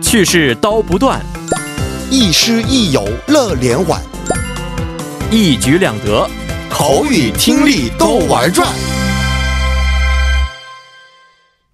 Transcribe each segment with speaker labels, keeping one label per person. Speaker 1: 去世刀不断，
Speaker 2: 亦师亦友乐连环，
Speaker 1: 一举两得。
Speaker 2: 口语听力都玩转。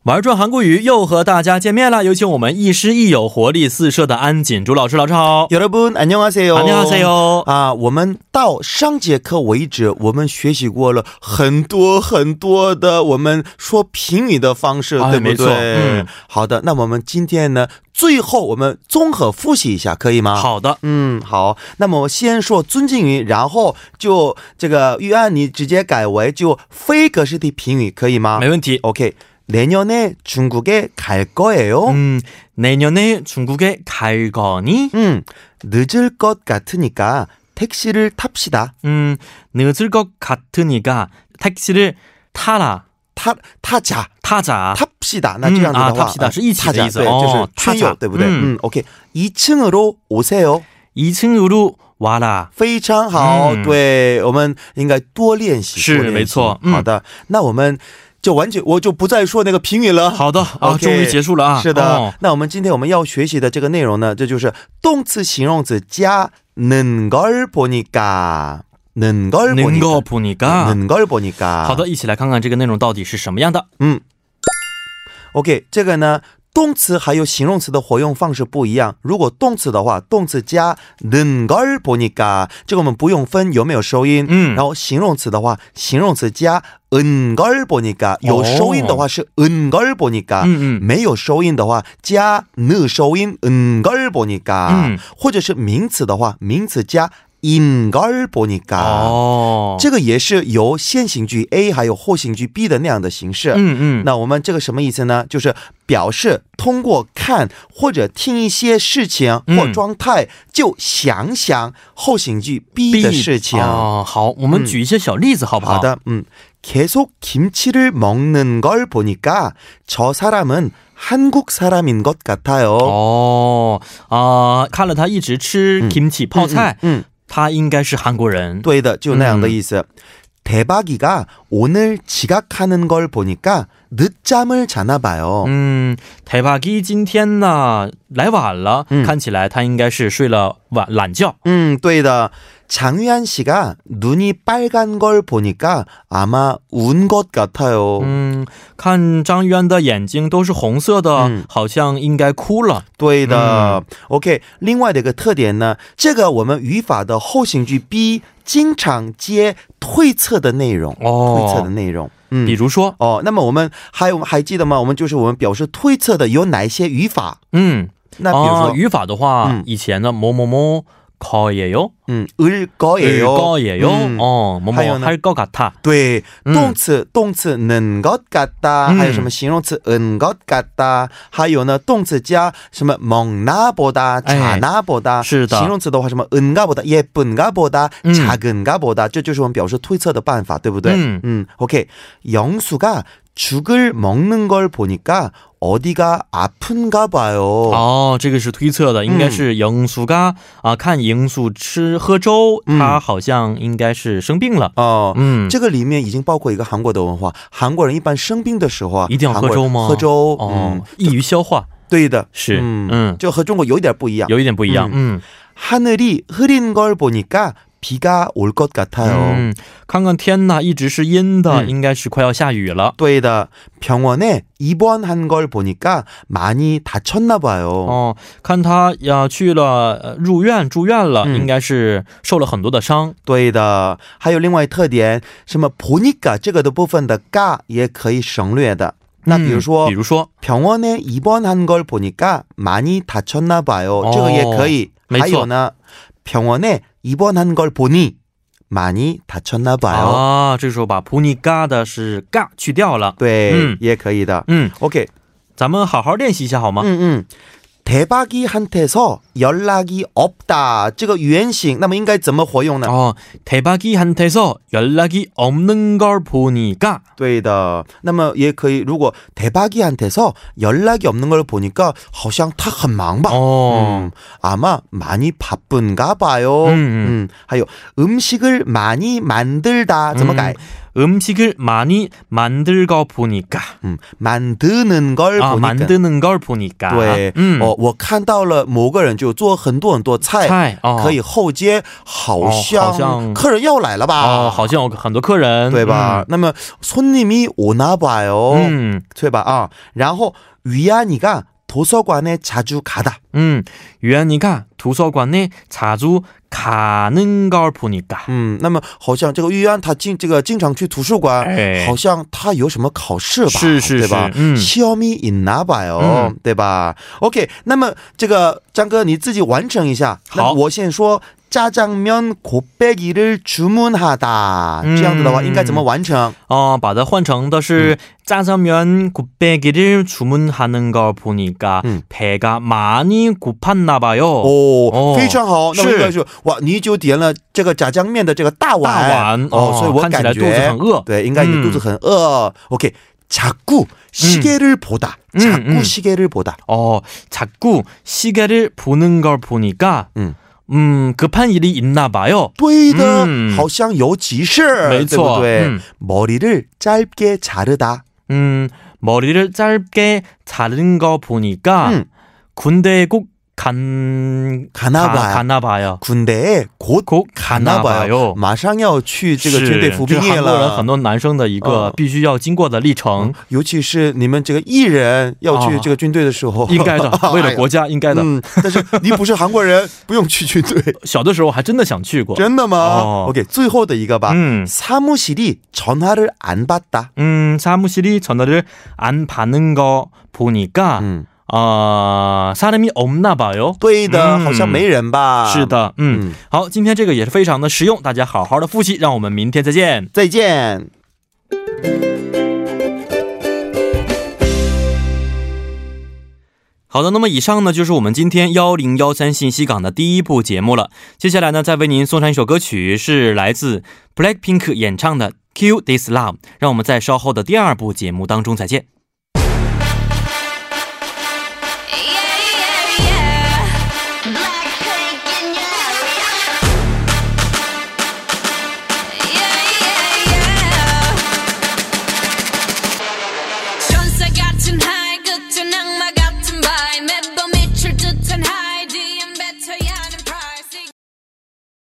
Speaker 1: 玩转韩国语又和大家见面了，有请我们亦师亦友、活力四射的安锦竹老师。老师好，
Speaker 2: 여러분안녕하세요，
Speaker 1: 안녕하세요
Speaker 2: 啊，我们到上节课为止，我们学习过了很多很多的我们说评语的方式，
Speaker 1: 哎
Speaker 2: 对不
Speaker 1: 没错
Speaker 2: 对？
Speaker 1: 嗯，
Speaker 2: 好的，那我们今天呢，最后我们综合复习一下，可以吗？。
Speaker 1: 好的，
Speaker 2: 嗯，好。那么我先说尊敬语，然后就这个预案你直接改为就非格式的评语，可以吗？
Speaker 1: 没问题。
Speaker 2: OK. 내년에 중국에 갈 거예요. 음.
Speaker 1: 음, 嗯 내년에 중국에 갈 거니?
Speaker 2: 음. 늦을 것 같으니까 택시를 탑시다.
Speaker 1: 음, 嗯 늦을 것 같으니까 택시를 타라,
Speaker 2: 타 타자.
Speaker 1: 타자.
Speaker 2: 탑시다. 나
Speaker 1: 음,
Speaker 2: 这样子的
Speaker 1: 啊
Speaker 2: 话
Speaker 1: 탑시다是一起的
Speaker 2: 아, 타자 네,
Speaker 1: 意思
Speaker 2: 对
Speaker 1: 哦
Speaker 2: 就是
Speaker 1: 타자 음.
Speaker 2: 圈友对不对
Speaker 1: 嗯
Speaker 2: 嗯 OK. 음, 2층으로 오세요.
Speaker 1: 2층으로 와라.
Speaker 2: 非常好，
Speaker 1: 嗯
Speaker 2: 对我们应该多练习，
Speaker 1: 是
Speaker 2: 多练习
Speaker 1: 没错嗯
Speaker 2: 好的，那我们就完全，我就不再说那个评语了。
Speaker 1: 好的啊
Speaker 2: OK
Speaker 1: 终于结束了啊！
Speaker 2: 是的、
Speaker 1: 哦
Speaker 2: 那我们今天我们要学习的这个内容呢，这就是动词、形容词加는걸보니까는걸보니
Speaker 1: 能够
Speaker 2: 까
Speaker 1: 보니까
Speaker 2: 는걸보니까
Speaker 1: 好，的，一起来看看这个内容到底是什么样的。
Speaker 2: 嗯，OK，这个呢。动词还有形容词的活用方式不一样。如果动词的话，动词加는걸보니까，这个我们不用分有没有收音。
Speaker 1: 嗯
Speaker 2: 然后形容词的话，形容词加은걸보니까，有
Speaker 1: 哦
Speaker 2: 收音的话是은걸보니까，
Speaker 1: 嗯嗯，
Speaker 2: 没有收音的话加느收音은걸보니까，
Speaker 1: 嗯
Speaker 2: 或者是名词的话，名词加인걸보니까。
Speaker 1: 哦，
Speaker 2: 啊这个也是由先行句 A 还有后行句 B 的那样的形式。
Speaker 1: 嗯嗯，
Speaker 2: 那我们这个什么意思呢？就是表示通过看或者听一些事情
Speaker 1: 嗯
Speaker 2: 或状态，就想想后行句 B 的事情。嗯
Speaker 1: 哦，好，我们举一些小例子好不好？
Speaker 2: 好的，嗯， 음, 계속김치를먹는걸보니까저사람은한국사람인것같아요。
Speaker 1: 어, 哦啊、看了他一直吃 kimchi、泡
Speaker 2: 음,
Speaker 1: 菜、
Speaker 2: 嗯，
Speaker 1: 他应该是韩国人。
Speaker 2: 对的，就那样的意思。대박이가오늘지각하는걸보니까늦잠을자나봐요。
Speaker 1: 嗯，台巴基今天呢来晚了、
Speaker 2: 嗯
Speaker 1: 看起来他应该是睡了晚懒觉。
Speaker 2: 음, 对的. 장유한 씨가 눈이 빨간 걸 보니까 아마 운 것 같아요.
Speaker 1: 嗯，看张渊的眼睛都是红色的，
Speaker 2: 嗯
Speaker 1: 好像应该哭了。嗯
Speaker 2: 对的. OK. 另外的一个特点呢，这个我们语法的后行句 B 经常接推测的内容，
Speaker 1: 哦，
Speaker 2: 推测的内容。嗯
Speaker 1: 比如说，
Speaker 2: 哦，那么我们还还记得吗？我们就是我们表示推测的有哪些语法？那比如
Speaker 1: 嗯，
Speaker 2: 说，
Speaker 1: 哦，语法的话，
Speaker 2: 嗯
Speaker 1: 以前的某某某考也有，
Speaker 2: 嗯，을 거예요.
Speaker 1: 高也有，
Speaker 2: 음.
Speaker 1: 哦，某某
Speaker 2: 嗯还有呢
Speaker 1: 还是高卡塔，
Speaker 2: 对，
Speaker 1: 嗯
Speaker 2: 动词、动词能 것 같다，
Speaker 1: 嗯
Speaker 2: 还有什么形容词嗯 것 같다，还有呢动词加什么猛나보다、
Speaker 1: 哎
Speaker 2: 작나보다，
Speaker 1: 是的
Speaker 2: 形容词的话什么은가보다、예쁜가보다、
Speaker 1: 嗯
Speaker 2: 작은가보다，这就是我们表示推测的办法，对不对？
Speaker 1: 嗯
Speaker 2: OK，영수가죽을먹는걸보니까어디가아픈가봐요。
Speaker 1: 哦，这个是推测的，应该是
Speaker 2: 嗯
Speaker 1: 营素嘎啊，看营素吃喝粥，
Speaker 2: 嗯
Speaker 1: 他好像应该是生病了。
Speaker 2: 哦，
Speaker 1: 嗯，
Speaker 2: 这个里面已经包括一个韩国的文化，韩国人一般生病的时候啊，
Speaker 1: 一定要
Speaker 2: 韩
Speaker 1: 喝
Speaker 2: 国人
Speaker 1: 粥吗？
Speaker 2: 喝粥，
Speaker 1: 哦
Speaker 2: 嗯，，
Speaker 1: 易于消化
Speaker 2: 对的，
Speaker 1: 是，
Speaker 2: 嗯
Speaker 1: 嗯，
Speaker 2: 就和中国有一点不一样。
Speaker 1: 有一点不一样。嗯
Speaker 2: 하늘이 흐린 걸 보니까 비가 올 것 같아요.
Speaker 1: 嗯，看看天呐，一直是阴的，
Speaker 2: 哎嗯
Speaker 1: 应该是快要下雨了。
Speaker 2: 또에다 병원에 입원한 걸 보니까 많이 다쳤나 봐요.
Speaker 1: 哦，看他呀、去了呃入院，住院了，
Speaker 2: 嗯
Speaker 1: 应该是受了很多的伤。
Speaker 2: 또에다 还有另外特点什么 보니까 这个的部分的가 예,
Speaker 1: 嗯比
Speaker 2: 也可以省略的。那比如说、
Speaker 1: 如说，
Speaker 2: 병원에 입원한 걸 보니까 많이 다쳤나 봐요.
Speaker 1: 哦，
Speaker 2: 这个也可以。
Speaker 1: 没错。
Speaker 2: 还有呢 병원에 입원한 걸 보니 많이 다쳤나 봐요.
Speaker 1: 啊，这时候把普尼嘎的是嘎去掉了。
Speaker 2: 对，
Speaker 1: 嗯。
Speaker 2: 也可以的。
Speaker 1: 嗯，
Speaker 2: OK，
Speaker 1: 咱们好好练习一下好吗？
Speaker 2: 응응. 대박이한테서 어? 연락이 없다. 这个原型，那么应该怎么活用呢？
Speaker 1: 어, 대박이한테서 연락이 없는 걸 보니까
Speaker 2: 对的。那么也可以，如果 예, 대박이한테서 연락이 없는 걸 보니까 好像他很忙吧。
Speaker 1: 어,
Speaker 2: 음, 아마 많이 바쁜가 봐요.
Speaker 1: 음, 음.
Speaker 2: 음, 하여 음식을 많이 만들다. 怎么改？
Speaker 1: 음, 음식을 많이 만들고 보니까
Speaker 2: 嗯，满德能高尔
Speaker 1: 啊，
Speaker 2: 普尼
Speaker 1: 蛮
Speaker 2: 根
Speaker 1: 的能够보니까， 음,
Speaker 2: 对，
Speaker 1: 嗯，
Speaker 2: 哦，我看到了某个人就做很多很多菜，
Speaker 1: 菜哦，
Speaker 2: 可以后街，好
Speaker 1: 哦
Speaker 2: 像,、
Speaker 1: 好像
Speaker 2: 客人要来了吧？
Speaker 1: 哦，好像有很多客人，
Speaker 2: 对吧？那么손님이오나봐요，
Speaker 1: 嗯？嗯
Speaker 2: 对吧？啊，然后위안이가도서관에자주가다，
Speaker 1: 嗯，原你看图书馆内 음. 자주가는걸보니까，
Speaker 2: 嗯，那么好像这个玉安他经这个经常去图书馆，
Speaker 1: 哎
Speaker 2: 好像他有什么考试吧？
Speaker 1: 是是
Speaker 2: 对吧
Speaker 1: 是？嗯
Speaker 2: 消米引拿吧哦
Speaker 1: 嗯，
Speaker 2: 对吧？OK，那么这个张哥你自己完成一下。
Speaker 1: 好
Speaker 2: 那我先说。짜장면곱빼기를주문하다，
Speaker 1: 嗯
Speaker 2: 这样子的话应该怎么完成？
Speaker 1: 哦，把它换成的是 어, 짜장면곱빼기를주문하는걸보니까
Speaker 2: 嗯
Speaker 1: 배가많이고팠나봐요。
Speaker 2: 哦
Speaker 1: 哦，
Speaker 2: 非常好。那么
Speaker 1: 어. 是
Speaker 2: 应该是哇，你就点了这个炸酱面的这个大
Speaker 1: 大
Speaker 2: 碗，
Speaker 1: 碗
Speaker 2: 哦
Speaker 1: 哦，
Speaker 2: 所以我
Speaker 1: 看起
Speaker 2: 感
Speaker 1: 来
Speaker 2: 觉
Speaker 1: 肚子很饿
Speaker 2: 对，应该你肚子很饿。OK，자꾸시계를보다，
Speaker 1: 嗯
Speaker 2: 자꾸
Speaker 1: 嗯
Speaker 2: 시계를보다。
Speaker 1: 哦， 어, 자꾸시계를보는걸보니까，
Speaker 2: 嗯
Speaker 1: 嗯嗯，급한일이있나봐요。
Speaker 2: 对的，
Speaker 1: 嗯
Speaker 2: 好像有急事，
Speaker 1: 음。 没错
Speaker 2: 对不对
Speaker 1: 嗯？
Speaker 2: 머리를짧게자르다，
Speaker 1: 음, 머리를 짧게 자른 거 보니까
Speaker 2: 음.
Speaker 1: 군대에 꼭간
Speaker 2: 가나 봐요.
Speaker 1: 가나 봐요.
Speaker 2: 군대에곧
Speaker 1: 곧 가나
Speaker 2: 가나 봐요， 음,
Speaker 1: 봐요. 그
Speaker 2: 马上要去这个军队服兵役了。嗯。
Speaker 1: 是，这是韩国人
Speaker 2: 嗯
Speaker 1: 很多男生的一个必须要经过的历程，
Speaker 2: 尤其是你们这个艺人要去
Speaker 1: 哦
Speaker 2: 这个军队的时候，
Speaker 1: 应该 的
Speaker 2: 哎，呀
Speaker 1: 为了国家应该的。
Speaker 2: 嗯，但是你不是韩国人，不用去军队，
Speaker 1: 小的时候还真的想去过，
Speaker 2: 真的吗、
Speaker 1: 哦嗯
Speaker 2: o k 最后的一个吧。
Speaker 1: 음,
Speaker 2: 사무실이 전화를 안 받다.
Speaker 1: 음 사무실이 전화를 안 받는 거 보니까
Speaker 2: 음.
Speaker 1: 아 사람이 없나 봐요.
Speaker 2: 对的，
Speaker 1: 嗯
Speaker 2: 好像没人吧？
Speaker 1: 是，的，嗯
Speaker 2: 嗯，
Speaker 1: 好，今天这个也是非常的实用，大家好好的复习，让我们明天再见。
Speaker 2: 再见。
Speaker 1: 好的，那么以上呢就是我们今天幺零幺三信息港的第一部节目了。接下来呢，再为您送上一首歌曲，是来自 Blackpink 演唱的《Kill This Love》。让我们在稍后的第二部节目当中再见。